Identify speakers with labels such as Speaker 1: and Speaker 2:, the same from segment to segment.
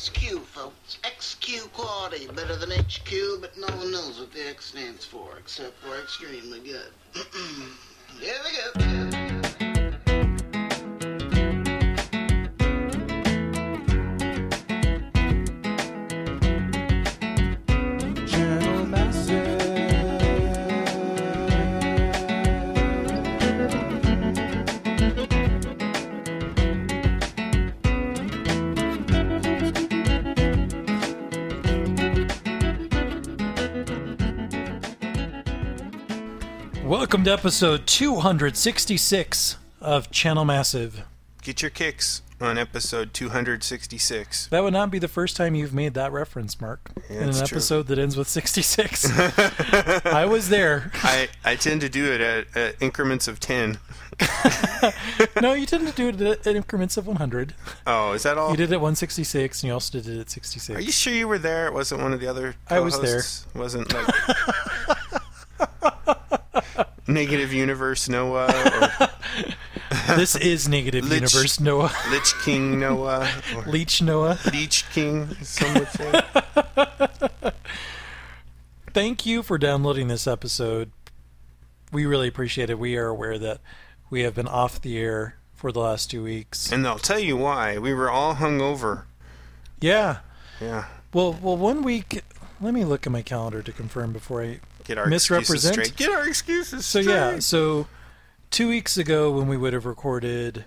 Speaker 1: So it's XQ quality, better than HQ, but no one knows what the X stands for, except we're extremely good. Here we go.
Speaker 2: Journal
Speaker 3: Welcome to episode 266 of Channel Massive.
Speaker 4: Get your kicks on episode 266.
Speaker 3: That would not be the first time you've made that reference, Mark, in an
Speaker 4: it's true.
Speaker 3: episode that ends with 66. I was there.
Speaker 4: I, I tend to do it at, at increments of 10.
Speaker 3: No, you tend to do it at- at increments of 100.
Speaker 4: Oh, is that all?
Speaker 3: You did it at 166, and you also did it at 66.
Speaker 4: Are you sure you were there? It wasn't one of the other
Speaker 3: I was
Speaker 4: co-hosts? Wasn't like Negative Universe Noah or
Speaker 3: This is Negative
Speaker 4: Lich-
Speaker 3: Universe Noah.
Speaker 4: Lich King Noah or
Speaker 3: Leech Noah.
Speaker 4: Leech King, some would say.
Speaker 3: Thank you for downloading this episode. We really appreciate it. We are aware that we have been off the air for the last two weeks.
Speaker 4: And they'll tell you why. We were all hungover.
Speaker 3: Yeah.
Speaker 4: Yeah.
Speaker 3: Well, well, one week. Let me look at my calendar to confirm before I.
Speaker 4: Get our excuses
Speaker 3: Misrepresent?
Speaker 4: straight. Get our excuses
Speaker 3: So
Speaker 4: straight.
Speaker 3: yeah, so two weeks ago when we would have recorded,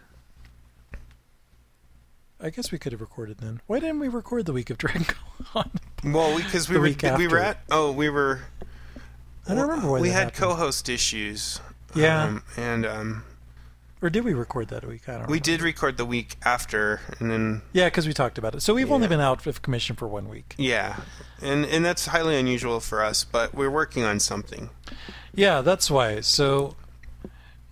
Speaker 3: I guess we could have recorded then. Why didn't we record the week of Dragon Con?
Speaker 4: Well, because we,
Speaker 3: The
Speaker 4: were
Speaker 3: week
Speaker 4: we were
Speaker 3: after.
Speaker 4: at oh we were
Speaker 3: I don't remember why
Speaker 4: we
Speaker 3: that
Speaker 4: had
Speaker 3: happened.
Speaker 4: co-host issues.
Speaker 3: Yeah.
Speaker 4: um, and um,
Speaker 3: or did we record that week? I don't.
Speaker 4: we
Speaker 3: remember.
Speaker 4: did record the week after, and then
Speaker 3: Yeah, because we talked about it. So we've only
Speaker 4: Yeah.
Speaker 3: been out of commission for one week.
Speaker 4: yeah, and and that's highly unusual for us, but we're working on something.
Speaker 3: Yeah, that's why. So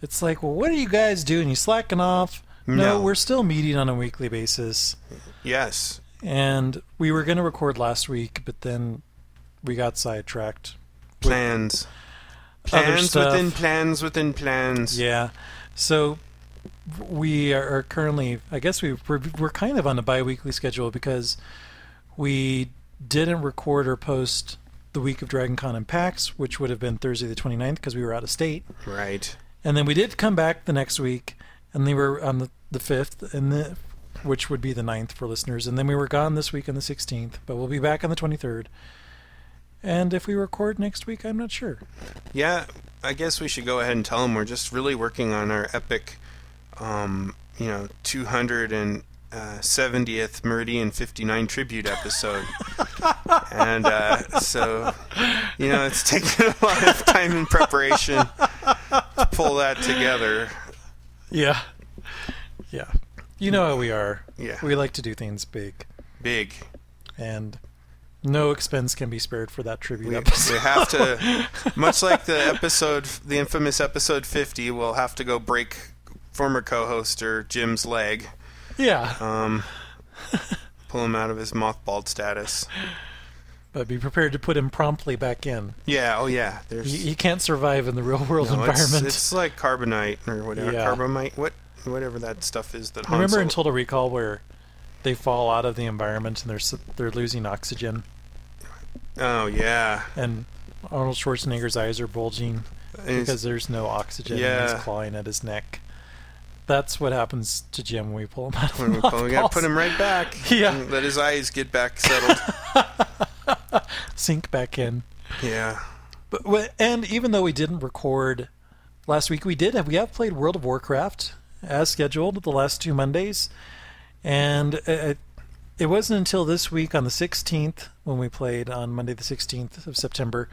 Speaker 3: it's like, well, what are you guys doing? You slacking off? no
Speaker 4: No.
Speaker 3: we're still meeting on a weekly basis.
Speaker 4: Yes,
Speaker 3: and we were going to record last week, but then we got sidetracked.
Speaker 4: plans,
Speaker 3: Other
Speaker 4: plans
Speaker 3: stuff.
Speaker 4: within plans within plans.
Speaker 3: Yeah, so we are are currently, I guess we we're, we're kind of on a bi-weekly schedule because we didn't record or post the week of Dragon Con and PAX, which would have been Thursday the 29th because we were out of state,
Speaker 4: Right.
Speaker 3: and then we did come back the next week, and they were on the the fifth and the which would be the 9th for listeners and then we were gone this week on the 16th but we'll be back on the 23rd and if we record next week i'm not sure
Speaker 4: Yeah, I guess we should go ahead and tell them we're just really working on our epic, um, you know, 270th uh, Meridian 59 tribute episode. and uh, so, you know, it's taken a lot of time and preparation to pull that together.
Speaker 3: Yeah. Yeah. You know how we are.
Speaker 4: Yeah.
Speaker 3: We like to do things big.
Speaker 4: Big.
Speaker 3: And no expense can be spared for that tribute
Speaker 4: We,
Speaker 3: episode.
Speaker 4: we have to, much like the episode, the infamous episode 50, we'll have to go break former co-hoster Jim's leg.
Speaker 3: Yeah.
Speaker 4: Um, pull him out of his mothballed status.
Speaker 3: But be prepared to put him promptly back in.
Speaker 4: Yeah. Oh yeah. There's
Speaker 3: He, he can't survive in the real world
Speaker 4: no, it's-
Speaker 3: environment.
Speaker 4: It's, like carbonite or whatever.
Speaker 3: Yeah.
Speaker 4: Carbamite. What? Whatever that stuff is that. Han
Speaker 3: Remember in
Speaker 4: Solo-
Speaker 3: Total Recall where they fall out of the environment and they're s- they're losing oxygen
Speaker 4: Oh yeah.
Speaker 3: and Arnold Schwarzenegger's eyes are bulging
Speaker 4: It's-
Speaker 3: because there's no oxygen and
Speaker 4: Yeah.
Speaker 3: he's clawing at his neck. That's what happens to Jim when we pull him out of
Speaker 4: when we, pull- we gotta
Speaker 3: mothballs.
Speaker 4: put him right back.
Speaker 3: Yeah.
Speaker 4: and Let his eyes get back settled.
Speaker 3: sink back in.
Speaker 4: yeah.
Speaker 3: But wh- and even though we didn't record last week, we did have we have played World of Warcraft as scheduled the last two Mondays, and it, it wasn't until this week on the 16th when we played on Monday the 16th of September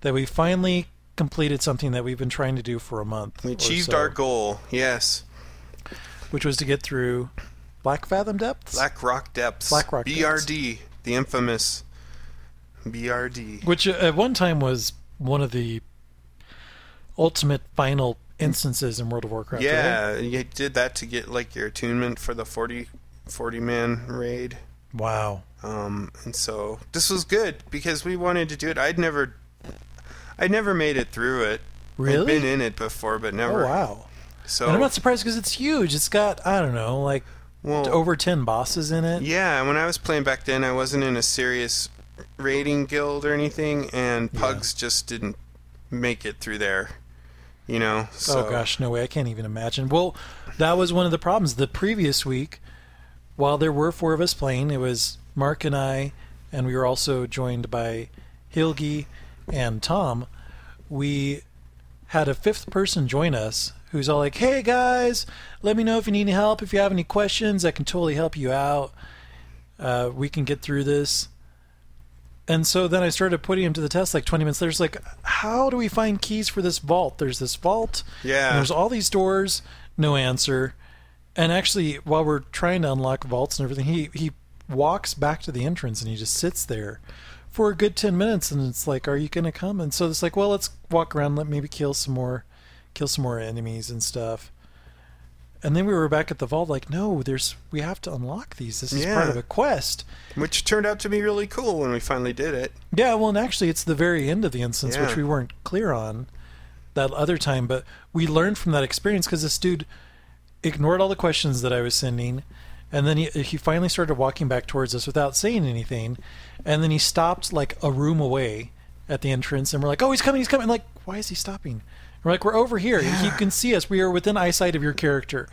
Speaker 3: that we finally completed something that we've been trying to do for a month.
Speaker 4: We
Speaker 3: or
Speaker 4: achieved
Speaker 3: so,
Speaker 4: our goal. Yes.
Speaker 3: which was to get through Black Fathom Depths,
Speaker 4: Black Rock Depths.
Speaker 3: Black Rock
Speaker 4: BRD. The infamous. BRD.
Speaker 3: which at one time was one of the ultimate final instances in World of Warcraft. right?
Speaker 4: Yeah, you did that to get like your attunement for the 40, 40 man raid.
Speaker 3: Wow.
Speaker 4: Um, and so this was good because we wanted to do it. I'd never, I never made it through it.
Speaker 3: Really?
Speaker 4: I'd been in it before, but
Speaker 3: Oh
Speaker 4: never.
Speaker 3: wow.
Speaker 4: So
Speaker 3: And I'm not surprised because it's huge. It's got I don't know, like
Speaker 4: Well,
Speaker 3: over 10 bosses in it.
Speaker 4: Yeah, when I was playing back then, I wasn't in a serious raiding guild or anything, and pugs just didn't make it through there. You know? So,
Speaker 3: Oh gosh, no way! I can't even imagine. Well, that was one of the problems. The previous week, while there were four of us playing, it was Mark and I, and we were also joined by Hilgi and Tom. We had a fifth person join us who's all like, "Hey guys, let me know if you need any help. If you have any questions, I can totally help you out. Uh, we can get through this." And so then I started putting him to the test like 20 minutes later. It's like, how do we find keys for this vault? There's this vault.
Speaker 4: Yeah.
Speaker 3: and there's all these doors. No answer. And actually, while we're trying to unlock vaults and everything, he, he walks back to the entrance and he just sits there for a good 10 minutes. And it's like, are you going to come? And so it's like, well, let's walk around. Let maybe kill some more, kill some more enemies and stuff. And then we were back at the vault, like, no, there's, we have to unlock these. This is part
Speaker 4: Yeah.
Speaker 3: of a quest.
Speaker 4: Which turned out to be really cool when we finally did it.
Speaker 3: Yeah, well, and actually, it's the very end of the instance,
Speaker 4: Yeah.
Speaker 3: which we weren't clear on that other time, but we learned from that experience because this dude ignored all the questions that I was sending, and then he, he finally started walking back towards us without saying anything, and then he stopped like a room away at the entrance, and we're like, oh, he's coming, he's coming. Like, why is he stopping? And we're like, we're over here. He can see us. We are within eyesight of your character.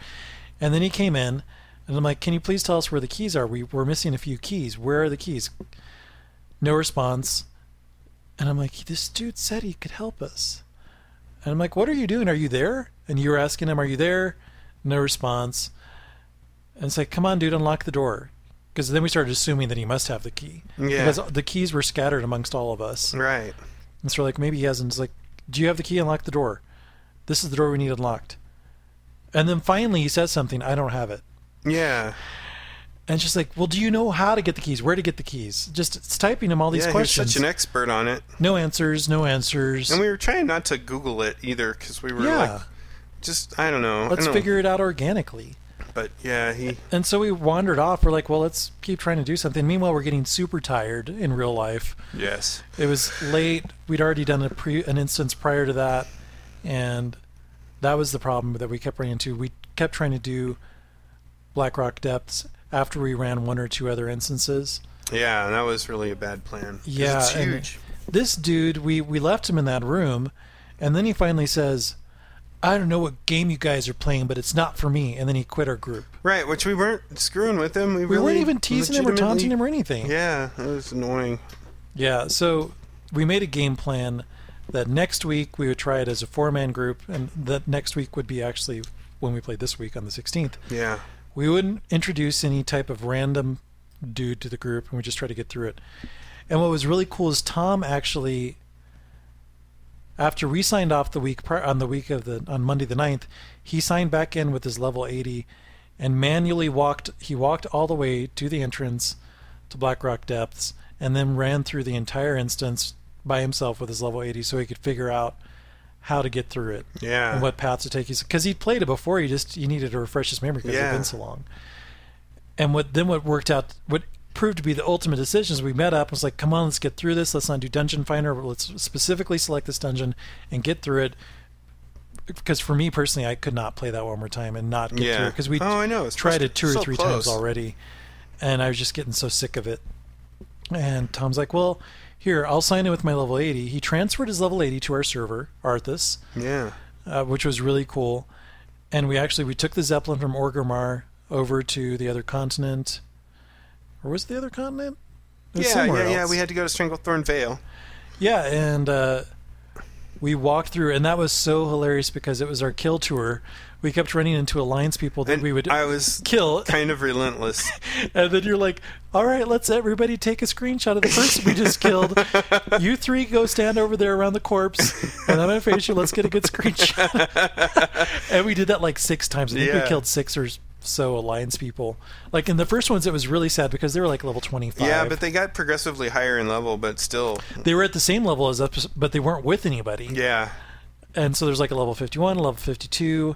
Speaker 3: And then he came in, and I'm like, can you please tell us where the keys are? We, we're missing a few keys. Where are the keys? No response. And I'm like, this dude said he could help us. And I'm like, what are you doing? Are you there? And you were asking him, are you there? No response. And it's like, come on, dude, unlock the door. Because then we started assuming that he must have the key.
Speaker 4: Yeah. Mm.
Speaker 3: Because the keys were scattered amongst all of us.
Speaker 4: Right.
Speaker 3: And so we're like, maybe he hasn't. It's like, do you have the key? Unlock the door. This is the door we need unlocked. And then finally he says something, I don't have it.
Speaker 4: Yeah.
Speaker 3: And she's like, well, do you know how to get the keys? Where to get the keys? Just it's typing him all these
Speaker 4: yeah, he was
Speaker 3: questions.
Speaker 4: such an expert on it.
Speaker 3: no answers, no answers.
Speaker 4: And we were trying not to Google it either because we were
Speaker 3: yeah.
Speaker 4: like, just, I don't know. I
Speaker 3: Let's
Speaker 4: don't know.
Speaker 3: figure it out organically.
Speaker 4: But yeah, he.
Speaker 3: And so we wandered off. We're like, well, let's keep trying to do something. Meanwhile, we're getting super tired in real life.
Speaker 4: Yes.
Speaker 3: It was late. We'd already done a pre- an instance prior to that, and that was the problem that we kept running into. We kept trying to do Black Rock Depths after we ran one or two other instances.
Speaker 4: Yeah, and that was really a bad plan. 'Cause
Speaker 3: Yeah,
Speaker 4: It's
Speaker 3: and
Speaker 4: huge.
Speaker 3: This dude, we we left him in that room, and then he finally says, "I don't know what game you guys are playing, but it's not for me." And then he quit our group.
Speaker 4: Right, which we weren't screwing with him. We,
Speaker 3: We
Speaker 4: really
Speaker 3: weren't even teasing him or taunting
Speaker 4: legitimately-
Speaker 3: him or anything.
Speaker 4: Yeah, it was annoying.
Speaker 3: Yeah, so we made a game plan that next week we would try it as a four man group, and that next week would be actually when we played this week on the 16th.
Speaker 4: Yeah.
Speaker 3: We wouldn't introduce any type of random dude to the group, and we just try to get through it. And what was really cool is Tom actually, after we signed off the week pri- on the week of the on Monday the 9th, he signed back in with his level 80, and manually walked. He walked all the way to the entrance to Black Rock Depths, and then ran through the entire instance by himself with his level 80, so he could figure out how to get through it
Speaker 4: Yeah.
Speaker 3: and what path to take. Because he played it before, he just he needed to refresh his memory because
Speaker 4: Yeah.
Speaker 3: it'd been so long. And what then what worked out what proved to be the ultimate decision is we met up and was like, come on, let's get through this. Let's not do dungeon finder. but Let's specifically select this dungeon and get through it. Because for me personally, I could not play that one more time and not get
Speaker 4: Yeah.
Speaker 3: through it because we
Speaker 4: Oh, I know. It's
Speaker 3: tried
Speaker 4: just
Speaker 3: it two or
Speaker 4: so
Speaker 3: three times
Speaker 4: close.
Speaker 3: already, and I was just getting so sick of it. And Tom's like, "Well, here, I'll sign in with my level 80." He transferred his level 80 to our server, Arthas,
Speaker 4: Yeah.
Speaker 3: uh, which was really cool. And we actually we took the zeppelin from Orgrimmar over to the other continent, or was it the other continent? It was
Speaker 4: Yeah, yeah,
Speaker 3: somewhere
Speaker 4: yeah.
Speaker 3: else.
Speaker 4: We had to go to Stranglethorn Vale.
Speaker 3: Yeah, and uh, we walked through, and that was so hilarious because it was our kill tour. We kept running into alliance people that
Speaker 4: And
Speaker 3: we would
Speaker 4: I was
Speaker 3: kill,
Speaker 4: kind of relentless.
Speaker 3: and then you're like, "All right, let's everybody take a screenshot of the person we just killed. You three go stand over there around the corpse, and I'm gonna face you. Let's get a good screenshot." and we did that like six times. I think
Speaker 4: Yeah.
Speaker 3: we killed six or so alliance people. Like in the first ones, it was really sad because they were like level 25.
Speaker 4: Yeah, but they got progressively higher in level, but still.
Speaker 3: they were at the same level as us, but they weren't with anybody.
Speaker 4: Yeah,
Speaker 3: And so there's like a level 51, a level 52.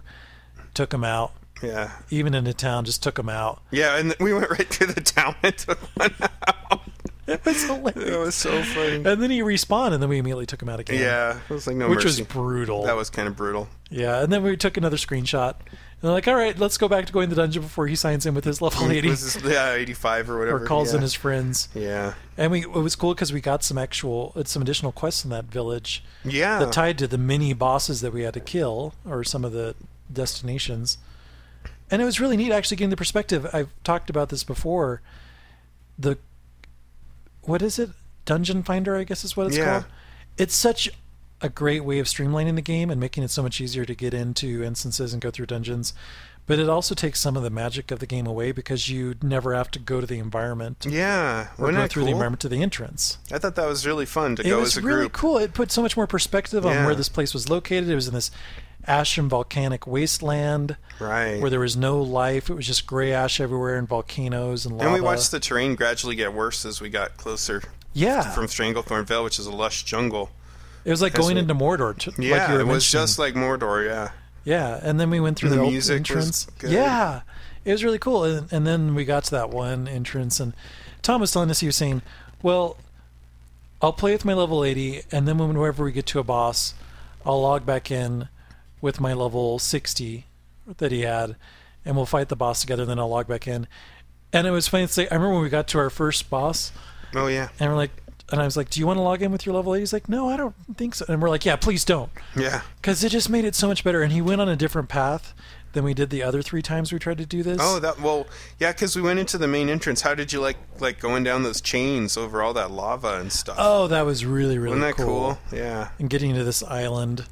Speaker 3: Took them out.
Speaker 4: yeah.
Speaker 3: Even into town, just took them out.
Speaker 4: Yeah, and we went right through the town and took one out.
Speaker 3: But That's hilarious.
Speaker 4: That was so funny.
Speaker 3: And then he respawned, and then we immediately took him out again.
Speaker 4: Yeah, it was like no
Speaker 3: Which was
Speaker 4: mercy.
Speaker 3: brutal.
Speaker 4: that was kind of brutal.
Speaker 3: yeah, and then we took another screenshot. And they're like, all right, let's go back to going to the dungeon before he signs in with his level 80
Speaker 4: Was this- yeah, eighty-five or
Speaker 3: or
Speaker 4: whatever.
Speaker 3: calls
Speaker 4: yeah.
Speaker 3: in his friends.
Speaker 4: Yeah.
Speaker 3: And we it was cool because we got some actual, some additional quests in that village
Speaker 4: Yeah.
Speaker 3: that tied to the mini bosses that we had to kill or some of the destinations. And it was really neat actually getting the perspective. I've talked about this before. The what is it? Dungeon Finder, I guess is what it's
Speaker 4: Yeah.
Speaker 3: called. It's such a great way of streamlining the game and making it so much easier to get into instances and go through dungeons. But it also takes some of the magic of the game away because you never have to go to the environment
Speaker 4: Yeah.
Speaker 3: or
Speaker 4: Wasn't
Speaker 3: go
Speaker 4: that
Speaker 3: through the
Speaker 4: cool?
Speaker 3: environment to the entrance
Speaker 4: I thought that was really fun to
Speaker 3: it
Speaker 4: go
Speaker 3: was
Speaker 4: as a
Speaker 3: really
Speaker 4: group.
Speaker 3: cool. It put so much more perspective on
Speaker 4: Yeah.
Speaker 3: where this place was located. It was in this ash and volcanic wasteland
Speaker 4: Right.
Speaker 3: where there was no life. It was just gray ash everywhere and volcanoes and lava.
Speaker 4: and we watched the terrain gradually get worse as we got closer
Speaker 3: yeah.
Speaker 4: from Stranglethorn Vale, which is a lush jungle.
Speaker 3: it was like going
Speaker 4: what-
Speaker 3: into Mordor. t-
Speaker 4: Yeah,
Speaker 3: like you were
Speaker 4: it was
Speaker 3: mentioning.
Speaker 4: just like Mordor. Yeah.
Speaker 3: yeah. And then we went through
Speaker 4: The
Speaker 3: the, old
Speaker 4: music was
Speaker 3: entrance.
Speaker 4: good.
Speaker 3: Yeah, it was really cool. And, and then we got to that one entrance, and Tom was telling us he was saying, "Well, I'll play with my level 80, and then whenever we get to a boss, I'll log back in with my level 60 that he had, and we'll fight the boss together. Then I'll log back in." And it was funny to say. I remember when we got to our first boss,
Speaker 4: Oh yeah.
Speaker 3: and we're like, and I was like, "Do you want to log in with your level 80?" He's like, "No, I don't think so." And we're like, "Yeah, please don't."
Speaker 4: Yeah.
Speaker 3: Because it just made it so much better. And he went on a different path than we did the other three times we tried to do this.
Speaker 4: Oh, that well, yeah, because we went into the main entrance. How did you like like going down those chains over all that lava and stuff?
Speaker 3: oh that was really, really
Speaker 4: Wasn't that
Speaker 3: cool.
Speaker 4: cool? Yeah,
Speaker 3: And getting to this island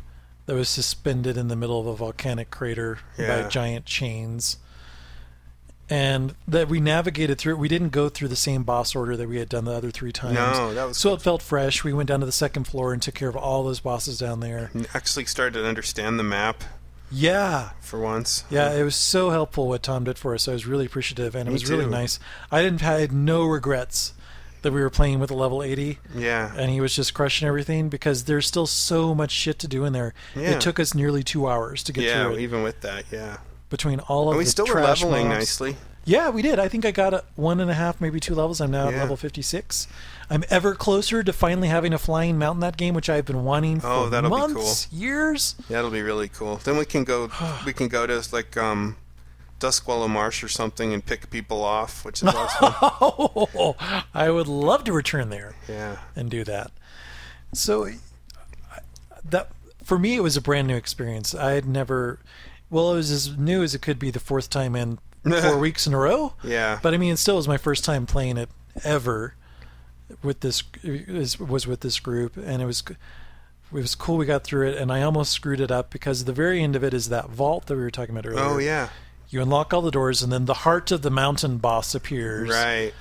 Speaker 3: that was suspended in the middle of a volcanic crater
Speaker 4: Yeah.
Speaker 3: by giant chains. And that we navigated through. We didn't go through the same boss order that we had done the other three times.
Speaker 4: No, that was
Speaker 3: so it felt fresh. We went down to the second floor and took care of all those bosses down there.
Speaker 4: And actually started to understand the map
Speaker 3: Yeah,
Speaker 4: for once.
Speaker 3: Yeah, it was so helpful what Tom did for us. I was really appreciative, and it was really
Speaker 4: too.
Speaker 3: nice. I didn't I had no regrets that we were playing with a level 80,
Speaker 4: yeah,
Speaker 3: and he was just crushing everything because there's still so much shit to do in there.
Speaker 4: Yeah.
Speaker 3: It took us nearly two hours to get
Speaker 4: yeah.
Speaker 3: through it
Speaker 4: Even with that, yeah,
Speaker 3: between all of
Speaker 4: and we
Speaker 3: the
Speaker 4: still were
Speaker 3: trash
Speaker 4: leveling
Speaker 3: mobs.
Speaker 4: nicely.
Speaker 3: Yeah, we did. I think I got a, one and a half, maybe two levels. I'm now at
Speaker 4: Yeah.
Speaker 3: level 56. I'm ever closer to finally having a flying mount in that game, which I've been wanting for
Speaker 4: Oh, that'll be cool.
Speaker 3: months, years.
Speaker 4: That'll be really cool. Then we can go. we can go to like um, Duskwallow Marsh or something and pick people off, which is awesome.
Speaker 3: Oh, I would love to return there.
Speaker 4: yeah,
Speaker 3: and do that. So I- that for me it was a brand new experience. I had never well, it was as new as it could be the fourth time in four weeks in a row.
Speaker 4: yeah.
Speaker 3: But I mean, it still was my first time playing it ever with this is- was with this group and it was it was cool we got through it and I almost screwed it up because the very end of it is that vault that we were talking about earlier.
Speaker 4: oh yeah,
Speaker 3: You unlock all the doors and then the heart of the mountain boss appears
Speaker 4: right.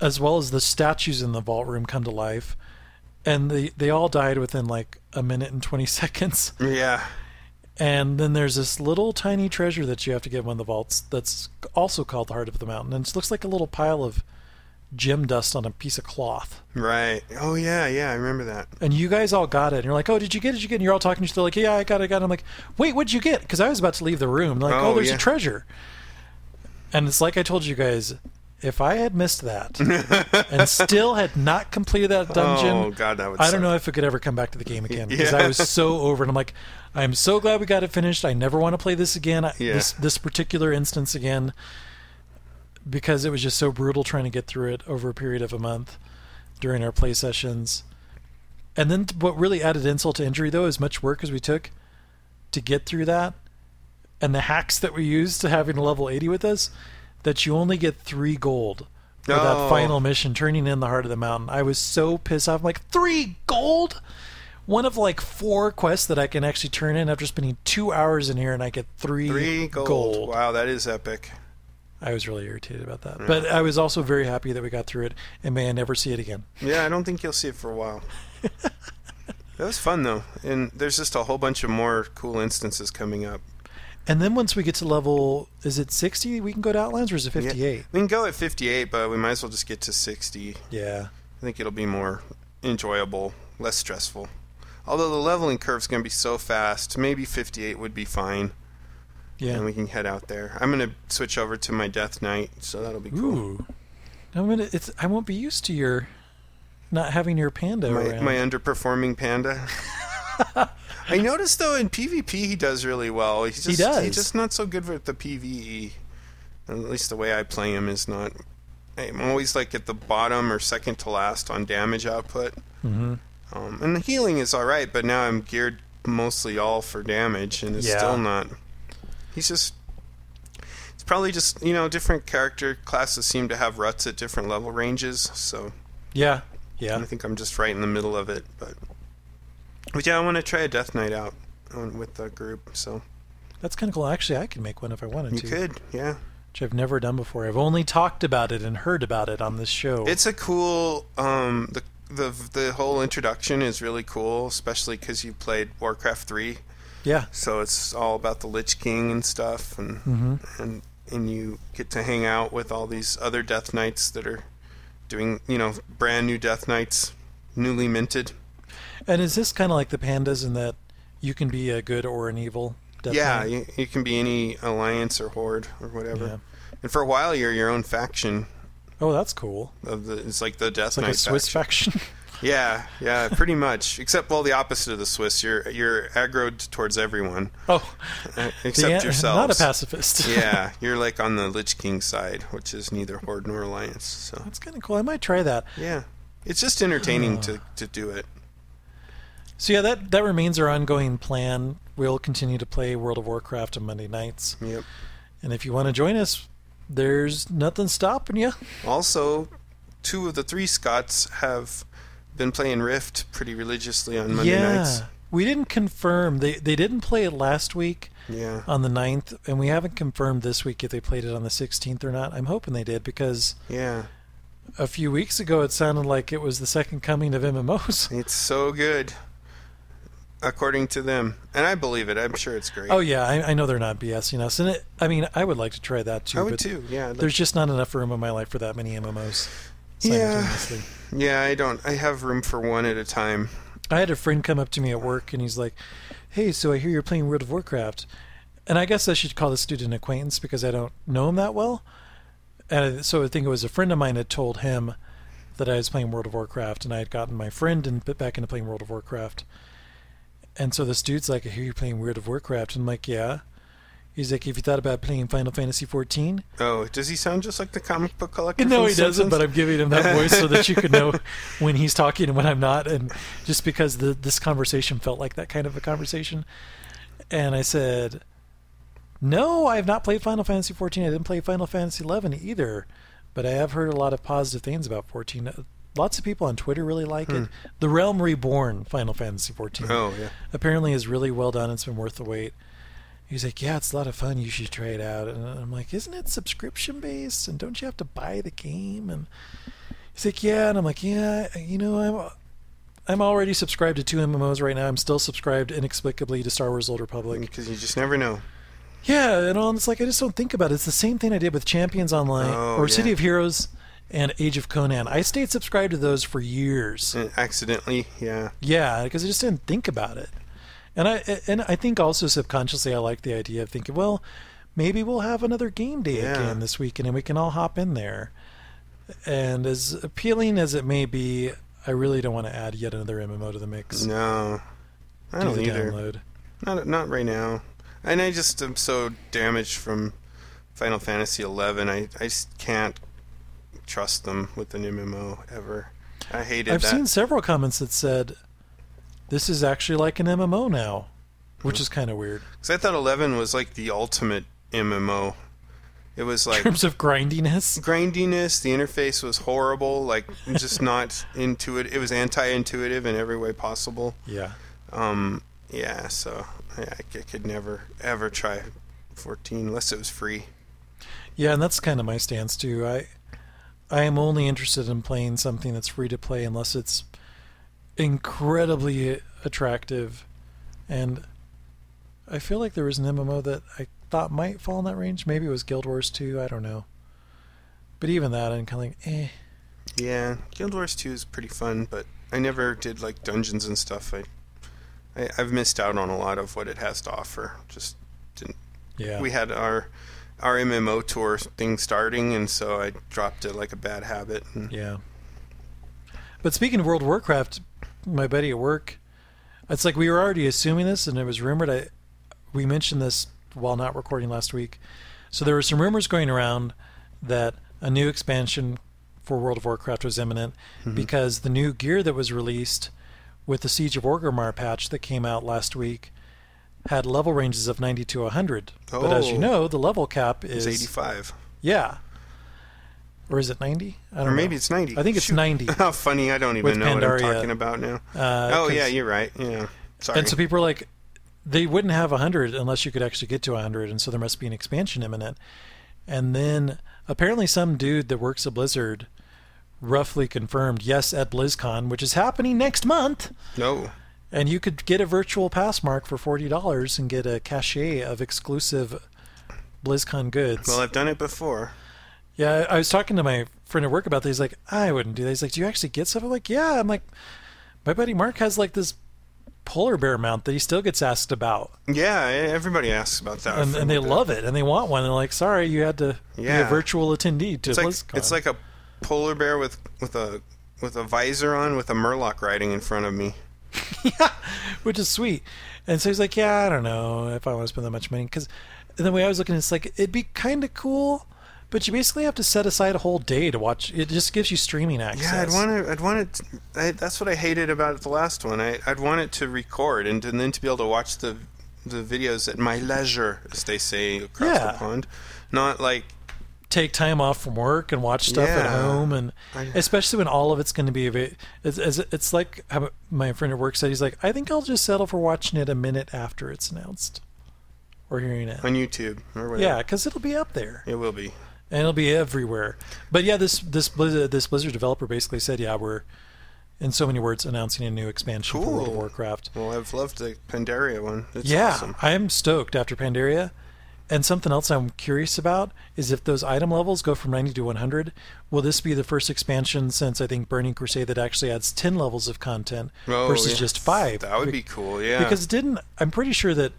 Speaker 3: as well as the statues in the vault room come to life and they, they all died within like a minute and 20 seconds
Speaker 4: Yeah,
Speaker 3: and then there's this little tiny treasure that you have to get in one of the vaults that's also called the heart of the mountain and it looks like a little pile of gem dust on a piece of cloth
Speaker 4: right. Oh yeah, yeah. I remember that.
Speaker 3: and you guys all got it and you're like oh did you get it did you get it and you're all talking to each other like yeah i got it i got it i'm like wait what'd you get because i was about to leave the room like oh,
Speaker 4: Oh,
Speaker 3: there's
Speaker 4: yeah.
Speaker 3: a treasure and it's like i told you guys if i had missed that and still had not completed that dungeon
Speaker 4: Oh god, that would.
Speaker 3: I don't
Speaker 4: suck.
Speaker 3: know if it could ever come back to the game again because I
Speaker 4: Yeah.
Speaker 3: was so over it. I'm like, I'm so glad we got it finished. I never want to play this again. I,
Speaker 4: Yeah.
Speaker 3: This this particular instance again because it was just so brutal trying to get through it over a period of a month during our play sessions. And then what really added insult to injury though is much work as we took to get through that and the hacks that we used to having a level 80 with us that you only get 3 gold for that
Speaker 4: No.
Speaker 3: final mission turning in the heart of the mountain. I was so pissed off. I'm like, three gold? One of like four quests that I can actually turn in after spending two hours in here and I get three,
Speaker 4: Three gold. Wow, that is epic.
Speaker 3: I was really irritated about that. But I was also very happy that we got through it and may I never see it again.
Speaker 4: Yeah, I don't think you'll see it for a while. that was fun though, and there's just a whole bunch of more cool instances coming up.
Speaker 3: And then once we get to level, is it 60? We can go to Outlands or is it
Speaker 4: Yeah.
Speaker 3: 58?
Speaker 4: We can go at 58, but we might as well just get to 60.
Speaker 3: Yeah.
Speaker 4: I think it'll be more enjoyable, less stressful. Although the leveling curve's going to be so fast, maybe 58 would be fine,
Speaker 3: Yeah.
Speaker 4: and we can head out there. I'm going to switch over to my Death Knight, so that'll be cool.
Speaker 3: Ooh. I'm gonna. It's. I won't be used to your not having your panda
Speaker 4: My,
Speaker 3: around.
Speaker 4: my underperforming panda. I noticed though in PvP he does really well. He's just,
Speaker 3: does.
Speaker 4: He's just not so good with the PVE. At least the way I play him is not. I'm always like at the bottom or second to last on damage output. Mm-hmm. Um, and the healing is all right, but now I'm geared mostly all for damage, and it's
Speaker 3: Yeah.
Speaker 4: still not. He's just. It's probably just you know different character classes seem to have ruts at different level ranges, so.
Speaker 3: yeah.
Speaker 4: I
Speaker 3: Yeah.
Speaker 4: think I'm just right in the middle of it, but but yeah, I want to try a Death Knight out on, with the group. So
Speaker 3: That's kind of cool. Actually, I could make one if I wanted
Speaker 4: you
Speaker 3: to,
Speaker 4: could, yeah.
Speaker 3: which I've never done before. I've only talked about it and heard about it on this show.
Speaker 4: It's a cool um the the the whole introduction is really cool, especially because you played Warcraft three,
Speaker 3: yeah.
Speaker 4: so it's all about the Lich King and stuff, and and and you get to hang out with all these other Death Knights that are doing you know brand new Death Knights, newly minted.
Speaker 3: And is this kind of like the pandas in that you can be a good or an evil? Death
Speaker 4: Yeah,
Speaker 3: Knight?
Speaker 4: you, you can be any alliance or horde or whatever.
Speaker 3: Yeah.
Speaker 4: And for a while, you're your own faction
Speaker 3: Oh, that's cool.
Speaker 4: of the. It's like the Death
Speaker 3: Like
Speaker 4: Knight
Speaker 3: a Swiss
Speaker 4: faction.
Speaker 3: faction.
Speaker 4: Yeah, yeah, pretty much. Except well, the opposite of the Swiss. You're you're aggroed towards everyone
Speaker 3: oh,
Speaker 4: uh,
Speaker 3: the
Speaker 4: except
Speaker 3: an-
Speaker 4: yourselves.
Speaker 3: Not a pacifist.
Speaker 4: yeah, you're like on the Lich King side, which is neither horde nor alliance. So
Speaker 3: that's kind of cool. I might try that.
Speaker 4: yeah, it's just entertaining to to do it.
Speaker 3: So yeah, that that remains our ongoing plan. We'll continue to play World of Warcraft on Monday nights,
Speaker 4: Yep.
Speaker 3: and if you want to join us, there's nothing stopping you.
Speaker 4: Also, two of the three Scots have been playing Rift pretty religiously on Monday
Speaker 3: yeah,
Speaker 4: nights.
Speaker 3: we didn't confirm they they didn't play it last week
Speaker 4: Yeah.
Speaker 3: on the 9th, and we haven't confirmed this week if they played it on the sixteenth or not. I'm hoping they did because
Speaker 4: Yeah.
Speaker 3: a few weeks ago it sounded like it was the second coming of MMOs.
Speaker 4: It's so good, according to them, and I believe it. I'm sure it's great.
Speaker 3: Oh yeah, I, I know they're not BSing us, and it, I mean I would like to try that too.
Speaker 4: I would
Speaker 3: but
Speaker 4: too. Yeah, I'd like-
Speaker 3: There's just not enough room in my life for that many MMOs.
Speaker 4: Yeah.
Speaker 3: Simultaneously.
Speaker 4: yeah. I don't. I have room for one at a time.
Speaker 3: I had a friend come up to me at work and he's like, "Hey, so I hear you're playing World of Warcraft," and I guess I should call this dude an acquaintance because I don't know him that well. And so I think it was a friend of mine had told him that I was playing World of Warcraft, and I had gotten my friend and put back into playing World of Warcraft. And so this dude's like, "I hear you're playing World of Warcraft," and I'm like, "Yeah." He's like, "Have you thought about playing Final Fantasy 14?"
Speaker 4: Oh, does he sound just like the comic book collector?
Speaker 3: No,
Speaker 4: from
Speaker 3: he doesn't.
Speaker 4: Simpsons?
Speaker 3: But I'm giving him that voice so that you can know when he's talking and when I'm not, and just because the, this conversation felt like that kind of a conversation. And I said, "No, I have not played Final Fantasy 14. I didn't play Final Fantasy 11 either, but I have heard a lot of positive things about 14. Uh, Lots of people on Twitter really like it. The Realm Reborn Final Fantasy 14
Speaker 4: Hmm. Oh yeah.
Speaker 3: apparently is really well done. It's been worth the wait. He's like, yeah, it's a lot of fun. You should try it out. And I'm like, isn't it subscription based? And don't you have to buy the game? And he's like, yeah. And I'm like, yeah, you know, I'm I'm already subscribed to two MMOs right now. I'm still subscribed inexplicably to Star Wars: Old Republic.
Speaker 4: Because you just never know.
Speaker 3: Yeah, and all- it's like I just don't think about it. It's the same thing I did with Champions Online
Speaker 4: Oh,
Speaker 3: or
Speaker 4: yeah.
Speaker 3: City of Heroes and Age of Conan. I stayed subscribed to those for years.
Speaker 4: Uh, Accidentally, yeah.
Speaker 3: Yeah, because I just didn't think about it. And I and I think also subconsciously I like the idea of thinking, well, maybe we'll have another game day
Speaker 4: Yeah.
Speaker 3: again this weekend and we can all hop in there. And as appealing as it may be, I really don't want to add yet another MMO to the mix.
Speaker 4: No, I
Speaker 3: Do
Speaker 4: don't
Speaker 3: the
Speaker 4: either.
Speaker 3: download.
Speaker 4: Not not right now. And I just am so damaged from Final Fantasy Eleven. I I just can't trust them with an MMO ever. I hated
Speaker 3: I've
Speaker 4: that.
Speaker 3: seen several comments that said this is actually like an MMO now, which is kind of weird
Speaker 4: Because I thought Eleven was like the ultimate MMO. It was like
Speaker 3: in terms of grindiness.
Speaker 4: grindiness. The interface was horrible. Like just not intuitive. It was anti-intuitive in every way possible.
Speaker 3: Yeah.
Speaker 4: Um, yeah. So I, I c- could never ever try 14 unless it was free.
Speaker 3: Yeah, and that's kind of my stance too. I I am only interested in playing something that's free to play unless it's incredibly attractive. And I feel like there was an MMO that I thought might fall in that range. Maybe it was Guild Wars 2, I don't know. But even that I'm kind of like, eh.
Speaker 4: Yeah, Guild Wars 2 is pretty fun, but I never did like dungeons and stuff. I, I I've missed out on a lot of what it has to offer. Just didn't
Speaker 3: Yeah.
Speaker 4: we had our our MMO tour thing starting, and so I dropped it like a bad habit. And
Speaker 3: Yeah. But speaking of World of Warcraft, my buddy at work, it's like we were already assuming this, and it was rumored. I we mentioned this while not recording last week, so there were some rumors going around that a new expansion for World of Warcraft was imminent
Speaker 4: Mm-hmm.
Speaker 3: because the new gear that was released with the Siege of Orgrimmar patch that came out last week had level ranges of 90 to 100. But as you
Speaker 4: Oh.
Speaker 3: know, the level cap
Speaker 4: It's
Speaker 3: is
Speaker 4: 85,
Speaker 3: Yeah. Or is it 90? I don't
Speaker 4: or
Speaker 3: know.
Speaker 4: maybe it's 90.
Speaker 3: I think it's
Speaker 4: Shoot.
Speaker 3: 90.
Speaker 4: How funny! I don't
Speaker 3: With
Speaker 4: even know what
Speaker 3: Pandaria.
Speaker 4: I'm talking about now.
Speaker 3: Uh,
Speaker 4: oh
Speaker 3: 'cause-
Speaker 4: yeah, you're right. Yeah, sorry.
Speaker 3: And so people are like, they wouldn't have 100 unless you could actually get to 100, and so there must be an expansion imminent. And then apparently, some dude that works at Blizzard roughly confirmed, yes, at BlizzCon, which is happening next month,
Speaker 4: no.
Speaker 3: and you could get a virtual pass mark for $40 and get a cachet of exclusive BlizzCon goods.
Speaker 4: Well, I've done it before.
Speaker 3: Yeah, I I was talking to my friend at work about this. He's like, I wouldn't do that. He's like, Do you actually get stuff? I'm like, Yeah. I'm like, My buddy Mark has like this polar bear mount that he still gets asked about,
Speaker 4: Yeah, e, everybody asks about that.
Speaker 3: and,
Speaker 4: for
Speaker 3: and
Speaker 4: a
Speaker 3: they
Speaker 4: bit.
Speaker 3: love it and they want one. And they're like, Sorry, you had to be a
Speaker 4: Yeah.
Speaker 3: virtual attendee to
Speaker 4: It's like
Speaker 3: BlizzCon.
Speaker 4: it's like a polar bear with with a with a visor on with a murloc riding in front of me.
Speaker 3: which is sweet. And so he's like, Yeah, I don't know if I want to spend that much money. Because the way I was looking, it's like, it'd be kind of cool. But you basically have to set aside a whole day to watch. It just gives you streaming access.
Speaker 4: Yeah, I'd want to. I'd want it. I, that's what I hated about the last one. I, I'd want it to record and, and then to be able to watch the the videos at my leisure, as they say across
Speaker 3: Yeah.
Speaker 4: the pond. Not like
Speaker 3: take time off from work and watch stuff at
Speaker 4: Yeah.
Speaker 3: home and
Speaker 4: I-
Speaker 3: especially when all of it's going to be ava- it's, it's, it's like how my friend at work said he's like i think i'll just settle for watching it a minute after it's announced or hearing it
Speaker 4: on YouTube or
Speaker 3: yeah
Speaker 4: whatever.
Speaker 3: because it'll be up there
Speaker 4: it will be.
Speaker 3: and it'll be everywhere but yeah this this blizzard, this blizzard developer basically said yeah we're in so many words announcing a new expansion for world of
Speaker 4: Cool.
Speaker 3: warcraft
Speaker 4: Well, I've loved the Pandaria one. It's
Speaker 3: yeah,
Speaker 4: awesome.
Speaker 3: I'm stoked after Pandaria. And something else I'm curious about is if those item levels go from 90 to 100, will this be the first expansion since I think Burning Crusade that actually adds 10 levels of content
Speaker 4: Oh,
Speaker 3: versus
Speaker 4: yeah.
Speaker 3: just five?
Speaker 4: That would be cool. Yeah.
Speaker 3: Because it didn't I'm pretty sure that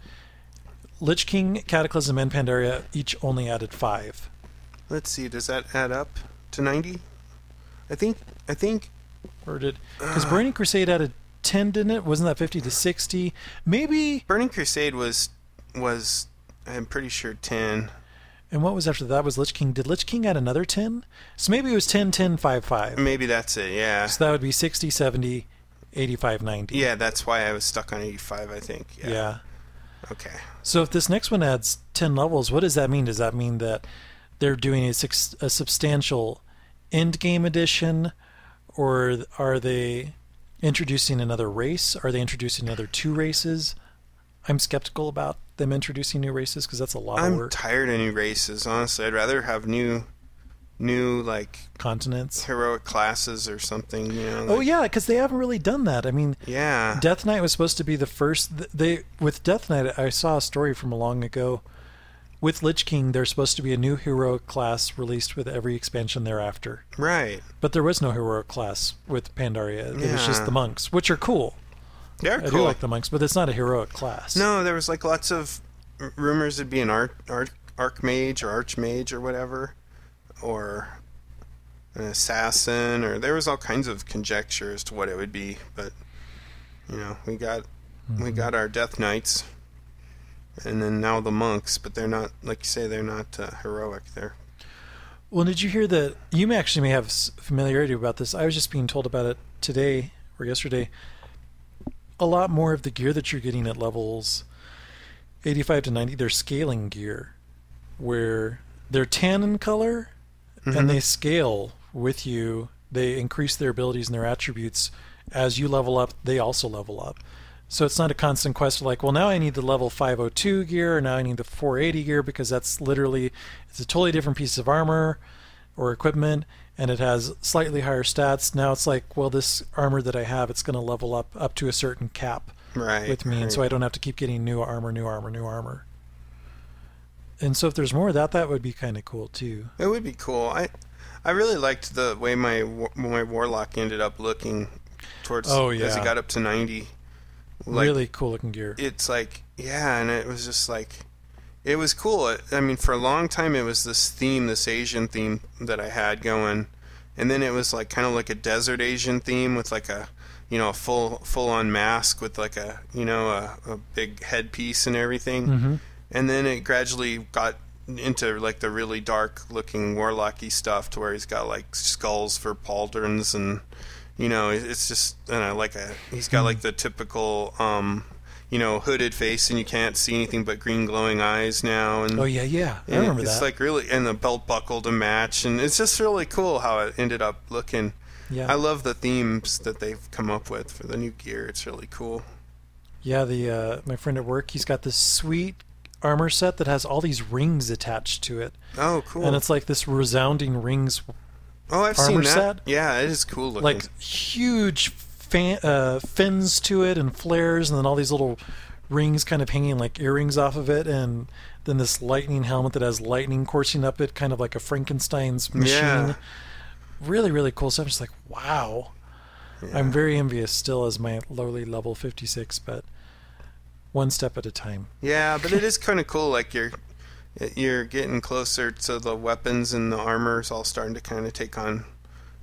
Speaker 3: Lich King, Cataclysm, and Pandaria each only added five.
Speaker 4: let's see. Does that add up to ninety? I think. I think.
Speaker 3: Or did because Burning Crusade added 10, didn't it? Wasn't that 50 to 60? Maybe.
Speaker 4: Burning Crusade was was I'm pretty sure 10.
Speaker 3: And what was after that was Lich King. Did Lich King add another 10? So maybe it was 10, 10, 5, 5.
Speaker 4: Maybe that's it. Yeah.
Speaker 3: So that would be 60, 70, 85, 90.
Speaker 4: Yeah, that's why I was stuck on 85, I think. Yeah.
Speaker 3: Yeah.
Speaker 4: Okay.
Speaker 3: So if this next one adds 10 levels, what does that mean? Does that mean that they're doing a, six, a substantial end game edition or are they introducing another race? Are they introducing another two races? I'm skeptical about them introducing new races because that's a lot of
Speaker 4: I'm
Speaker 3: work.
Speaker 4: tired of new races, honestly. I'd rather have new new like
Speaker 3: Continents.
Speaker 4: heroic classes or something, you know.
Speaker 3: Oh
Speaker 4: like-
Speaker 3: yeah, because they haven't really done that. I mean,
Speaker 4: Yeah.
Speaker 3: Death Knight was supposed to be the first. th- They with Death Knight, I saw a story from long ago. With Lich King, there's supposed to be a new heroic class released with every expansion thereafter.
Speaker 4: right.
Speaker 3: But there was no heroic class with Pandaria. It was just
Speaker 4: Yeah.
Speaker 3: the monks, which are cool.
Speaker 4: They're
Speaker 3: I do
Speaker 4: cool.
Speaker 3: like the monks, but it's not a heroic class.
Speaker 4: no, there was like lots of r- rumors it'd be an arc, arc archmage or archmage or whatever or an assassin or there was all kinds of conjecture as to what it would be, but you know, we got we
Speaker 3: Mm-hmm.
Speaker 4: got our death knights and then now the monks, but they're not like you say they're not uh, heroic. They're
Speaker 3: Well, did you hear that? You may actually may have s- familiarity about this. I was just being told about it today or yesterday. A lot more of the gear that you're getting at levels 85 to 90, they're scaling gear, where they're tan in color
Speaker 4: Mm-hmm.
Speaker 3: and they scale with you. They increase their abilities and their attributes as you level up. They also level up. So it's not a constant quest of like, well, now I need the level 502 gear, or now I need the 480 gear because that's literally it's a totally different piece of armor or equipment, and it has slightly higher stats. Now it's like, well, this armor that I have, it's going to level up up to a certain cap
Speaker 4: right
Speaker 3: with me, and so I don't have to keep getting new armor, new armor, new armor. And so if there's more of that, that would be kind of cool too.
Speaker 4: It would be cool. I I really liked the way my wa- my warlock ended up looking towards
Speaker 3: Oh,
Speaker 4: as
Speaker 3: yeah.
Speaker 4: he got up to 90. Like
Speaker 3: really cool looking gear.
Speaker 4: it's like yeah, and it was just like it was cool. It- I mean, for a long time, it was this theme, this Asian theme that I had going, and then it was like kind of like a desert Asian theme with like a, you know, a full full on mask with like a you know a, a big headpiece and everything,
Speaker 3: Mm-hmm.
Speaker 4: and then it gradually got into like the really dark looking warlocky stuff to where he's got like skulls for pauldrons and you know it- it's just I don't know, like a he's got like the typical um you know, hooded face and you can't see anything but green glowing eyes now. And
Speaker 3: Oh yeah, yeah. I
Speaker 4: and
Speaker 3: remember
Speaker 4: it's
Speaker 3: that.
Speaker 4: like really, and the belt buckle to match, and it's just really cool how it ended up looking.
Speaker 3: yeah.
Speaker 4: I love the themes that they've come up with for the new gear. It's really cool.
Speaker 3: Yeah, the uh, my friend at work, he's got this sweet armor set that has all these rings attached to it,
Speaker 4: Oh, cool.
Speaker 3: and it's like this resounding rings,
Speaker 4: oh, I've
Speaker 3: armor
Speaker 4: seen that.
Speaker 3: set?
Speaker 4: Yeah, it is cool looking.
Speaker 3: like huge fan, uh, fins to it and flares, and then all these little rings kind of hanging like earrings off of it, and then this lightning helmet that has lightning coursing up it, kind of like a Frankenstein's machine.
Speaker 4: Yeah.
Speaker 3: Really, really cool stuff. Just like wow, I'm very envious still as my lowly level 56, but one step at a time.
Speaker 4: Yeah, but it is kind of cool. Like you're you're getting closer to the weapons and the armor is all starting to kind of take on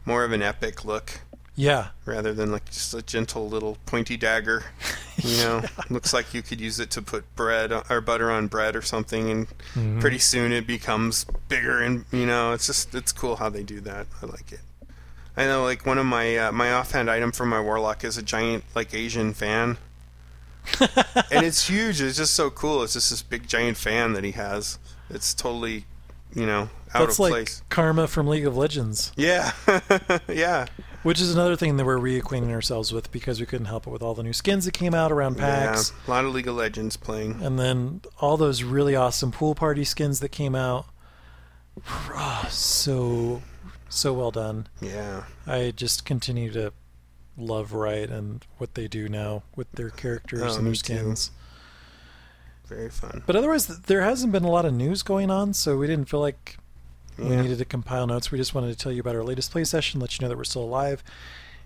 Speaker 4: more of an epic look.
Speaker 3: Yeah.
Speaker 4: rather than like just a gentle little pointy dagger. You know, looks like you could use it to put bread on- or butter on bread or something, and
Speaker 3: Mm-hmm.
Speaker 4: pretty soon it becomes bigger. And you know, it's just it's cool how they do that. I like it. I know, like one of my uh, my offhand item for my warlock is a giant like Asian fan, and it's huge. It's just so cool. It's just this big giant fan that he has. It's totally, you know, out
Speaker 3: That's
Speaker 4: of
Speaker 3: like
Speaker 4: place.
Speaker 3: karma from League of Legends,
Speaker 4: Yeah, yeah.
Speaker 3: which is another thing that we're reacquainting ourselves with because we couldn't help it with all the new skins that came out around PAX,
Speaker 4: Yeah, a lot of League of Legends playing.
Speaker 3: and then all those really awesome pool party skins that came out. Ah, so, so well done.
Speaker 4: Yeah.
Speaker 3: I just continue to love Riot and what they do now with their characters
Speaker 4: Oh,
Speaker 3: and their
Speaker 4: me too.
Speaker 3: skins.
Speaker 4: Very fun.
Speaker 3: But otherwise, th- there hasn't been a lot of news going on, so we didn't feel like we
Speaker 4: Yeah.
Speaker 3: needed to compile notes. We just wanted to tell you about our latest play session, let you know that we're still alive.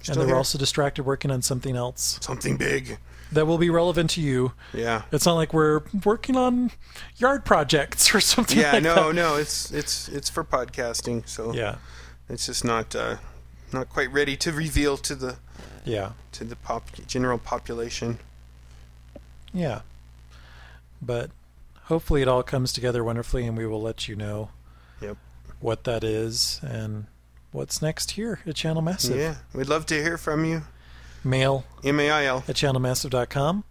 Speaker 4: Still
Speaker 3: and that
Speaker 4: here.
Speaker 3: we're also distracted working on something else
Speaker 4: Something big.
Speaker 3: that will be relevant to you.
Speaker 4: Yeah.
Speaker 3: It's not like we're working on yard projects or something
Speaker 4: Yeah,
Speaker 3: like
Speaker 4: no,
Speaker 3: that.
Speaker 4: no, it's it's it's for podcasting, so
Speaker 3: Yeah,
Speaker 4: it's just not uh not quite ready to reveal to the
Speaker 3: yeah,
Speaker 4: to the pop general population.
Speaker 3: yeah. But hopefully it all comes together wonderfully, and we will let you know
Speaker 4: Yep.
Speaker 3: what that is and what's next here at Channel Massive.
Speaker 4: Yeah. We'd love to hear from you.
Speaker 3: Mail
Speaker 4: M A I L.
Speaker 3: at channelmassive.com.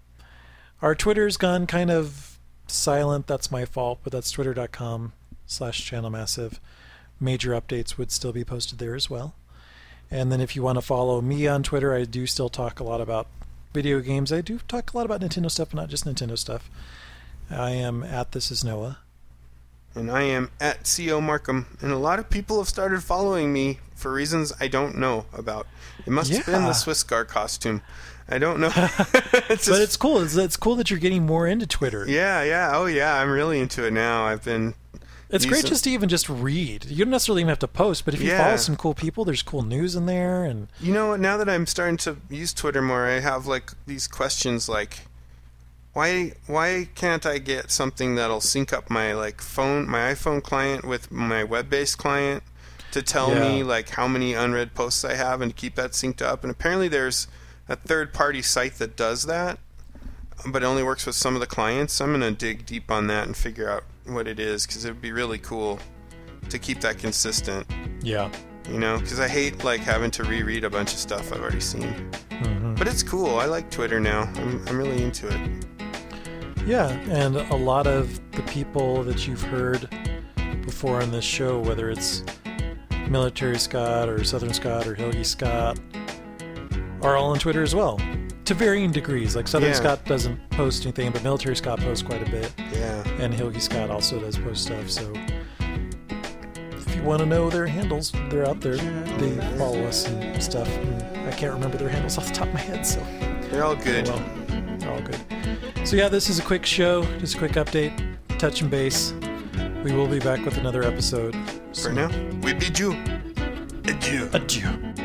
Speaker 3: Our Twitter's gone kind of silent. That's my fault, but that's twitter.com slash channelmassive. Major updates would still be posted there as well. And then if you want to follow me on Twitter, I do still talk a lot about video games. I do talk a lot about Nintendo stuff, but not just Nintendo stuff. I am at This Is Noah.
Speaker 4: And I am at CO Markham. And a lot of people have started following me for reasons I don't know about. It must have been
Speaker 3: Yeah.
Speaker 4: the Swiss Guard costume. I don't know.
Speaker 3: But
Speaker 4: it's just
Speaker 3: it's cool. It's, it's cool that you're getting more into Twitter.
Speaker 4: Yeah, yeah. Oh yeah, I'm really into it now. I've been
Speaker 3: It's great
Speaker 4: Decent.
Speaker 3: just to even just read. You don't necessarily even have to post, but if you
Speaker 4: Yeah.
Speaker 3: follow some cool people, there's cool news in there and
Speaker 4: You know what? Now that I'm starting to use Twitter more, I have like these questions like, why why can't I get something that'll sync up my like phone, my iPhone client with my web-based client to tell me
Speaker 3: Yeah.
Speaker 4: like how many unread posts I have and keep that synced up? And apparently there's a third-party site that does that, but it only works with some of the clients. So I'm gonna dig deep on that and figure out what it is because it would be really cool to keep that consistent
Speaker 3: yeah.
Speaker 4: you know because i hate like having to reread a bunch of stuff i've already seen but it's cool i like twitter now i'm, I'm really into it
Speaker 3: Yeah, and a lot of the people that you've heard before on this show, whether it's Military Scott or Southern Scott or Hilgi Scott, are all on Twitter as well, to varying degrees. Like Southern
Speaker 4: Yeah.
Speaker 3: Scott doesn't post anything, but Military Scott posts quite a bit,
Speaker 4: yeah
Speaker 3: and Hilgi Scott also does post stuff. So if you want to know their handles, they're out there. They follow us and stuff. And I can't remember their handles off the top of my head, so.
Speaker 4: they're all good
Speaker 3: Well, they're all good. So yeah, this is a quick show, just a quick update, touch and base. We will be back with another episode.
Speaker 4: for now we bid you adieu
Speaker 3: Adieu.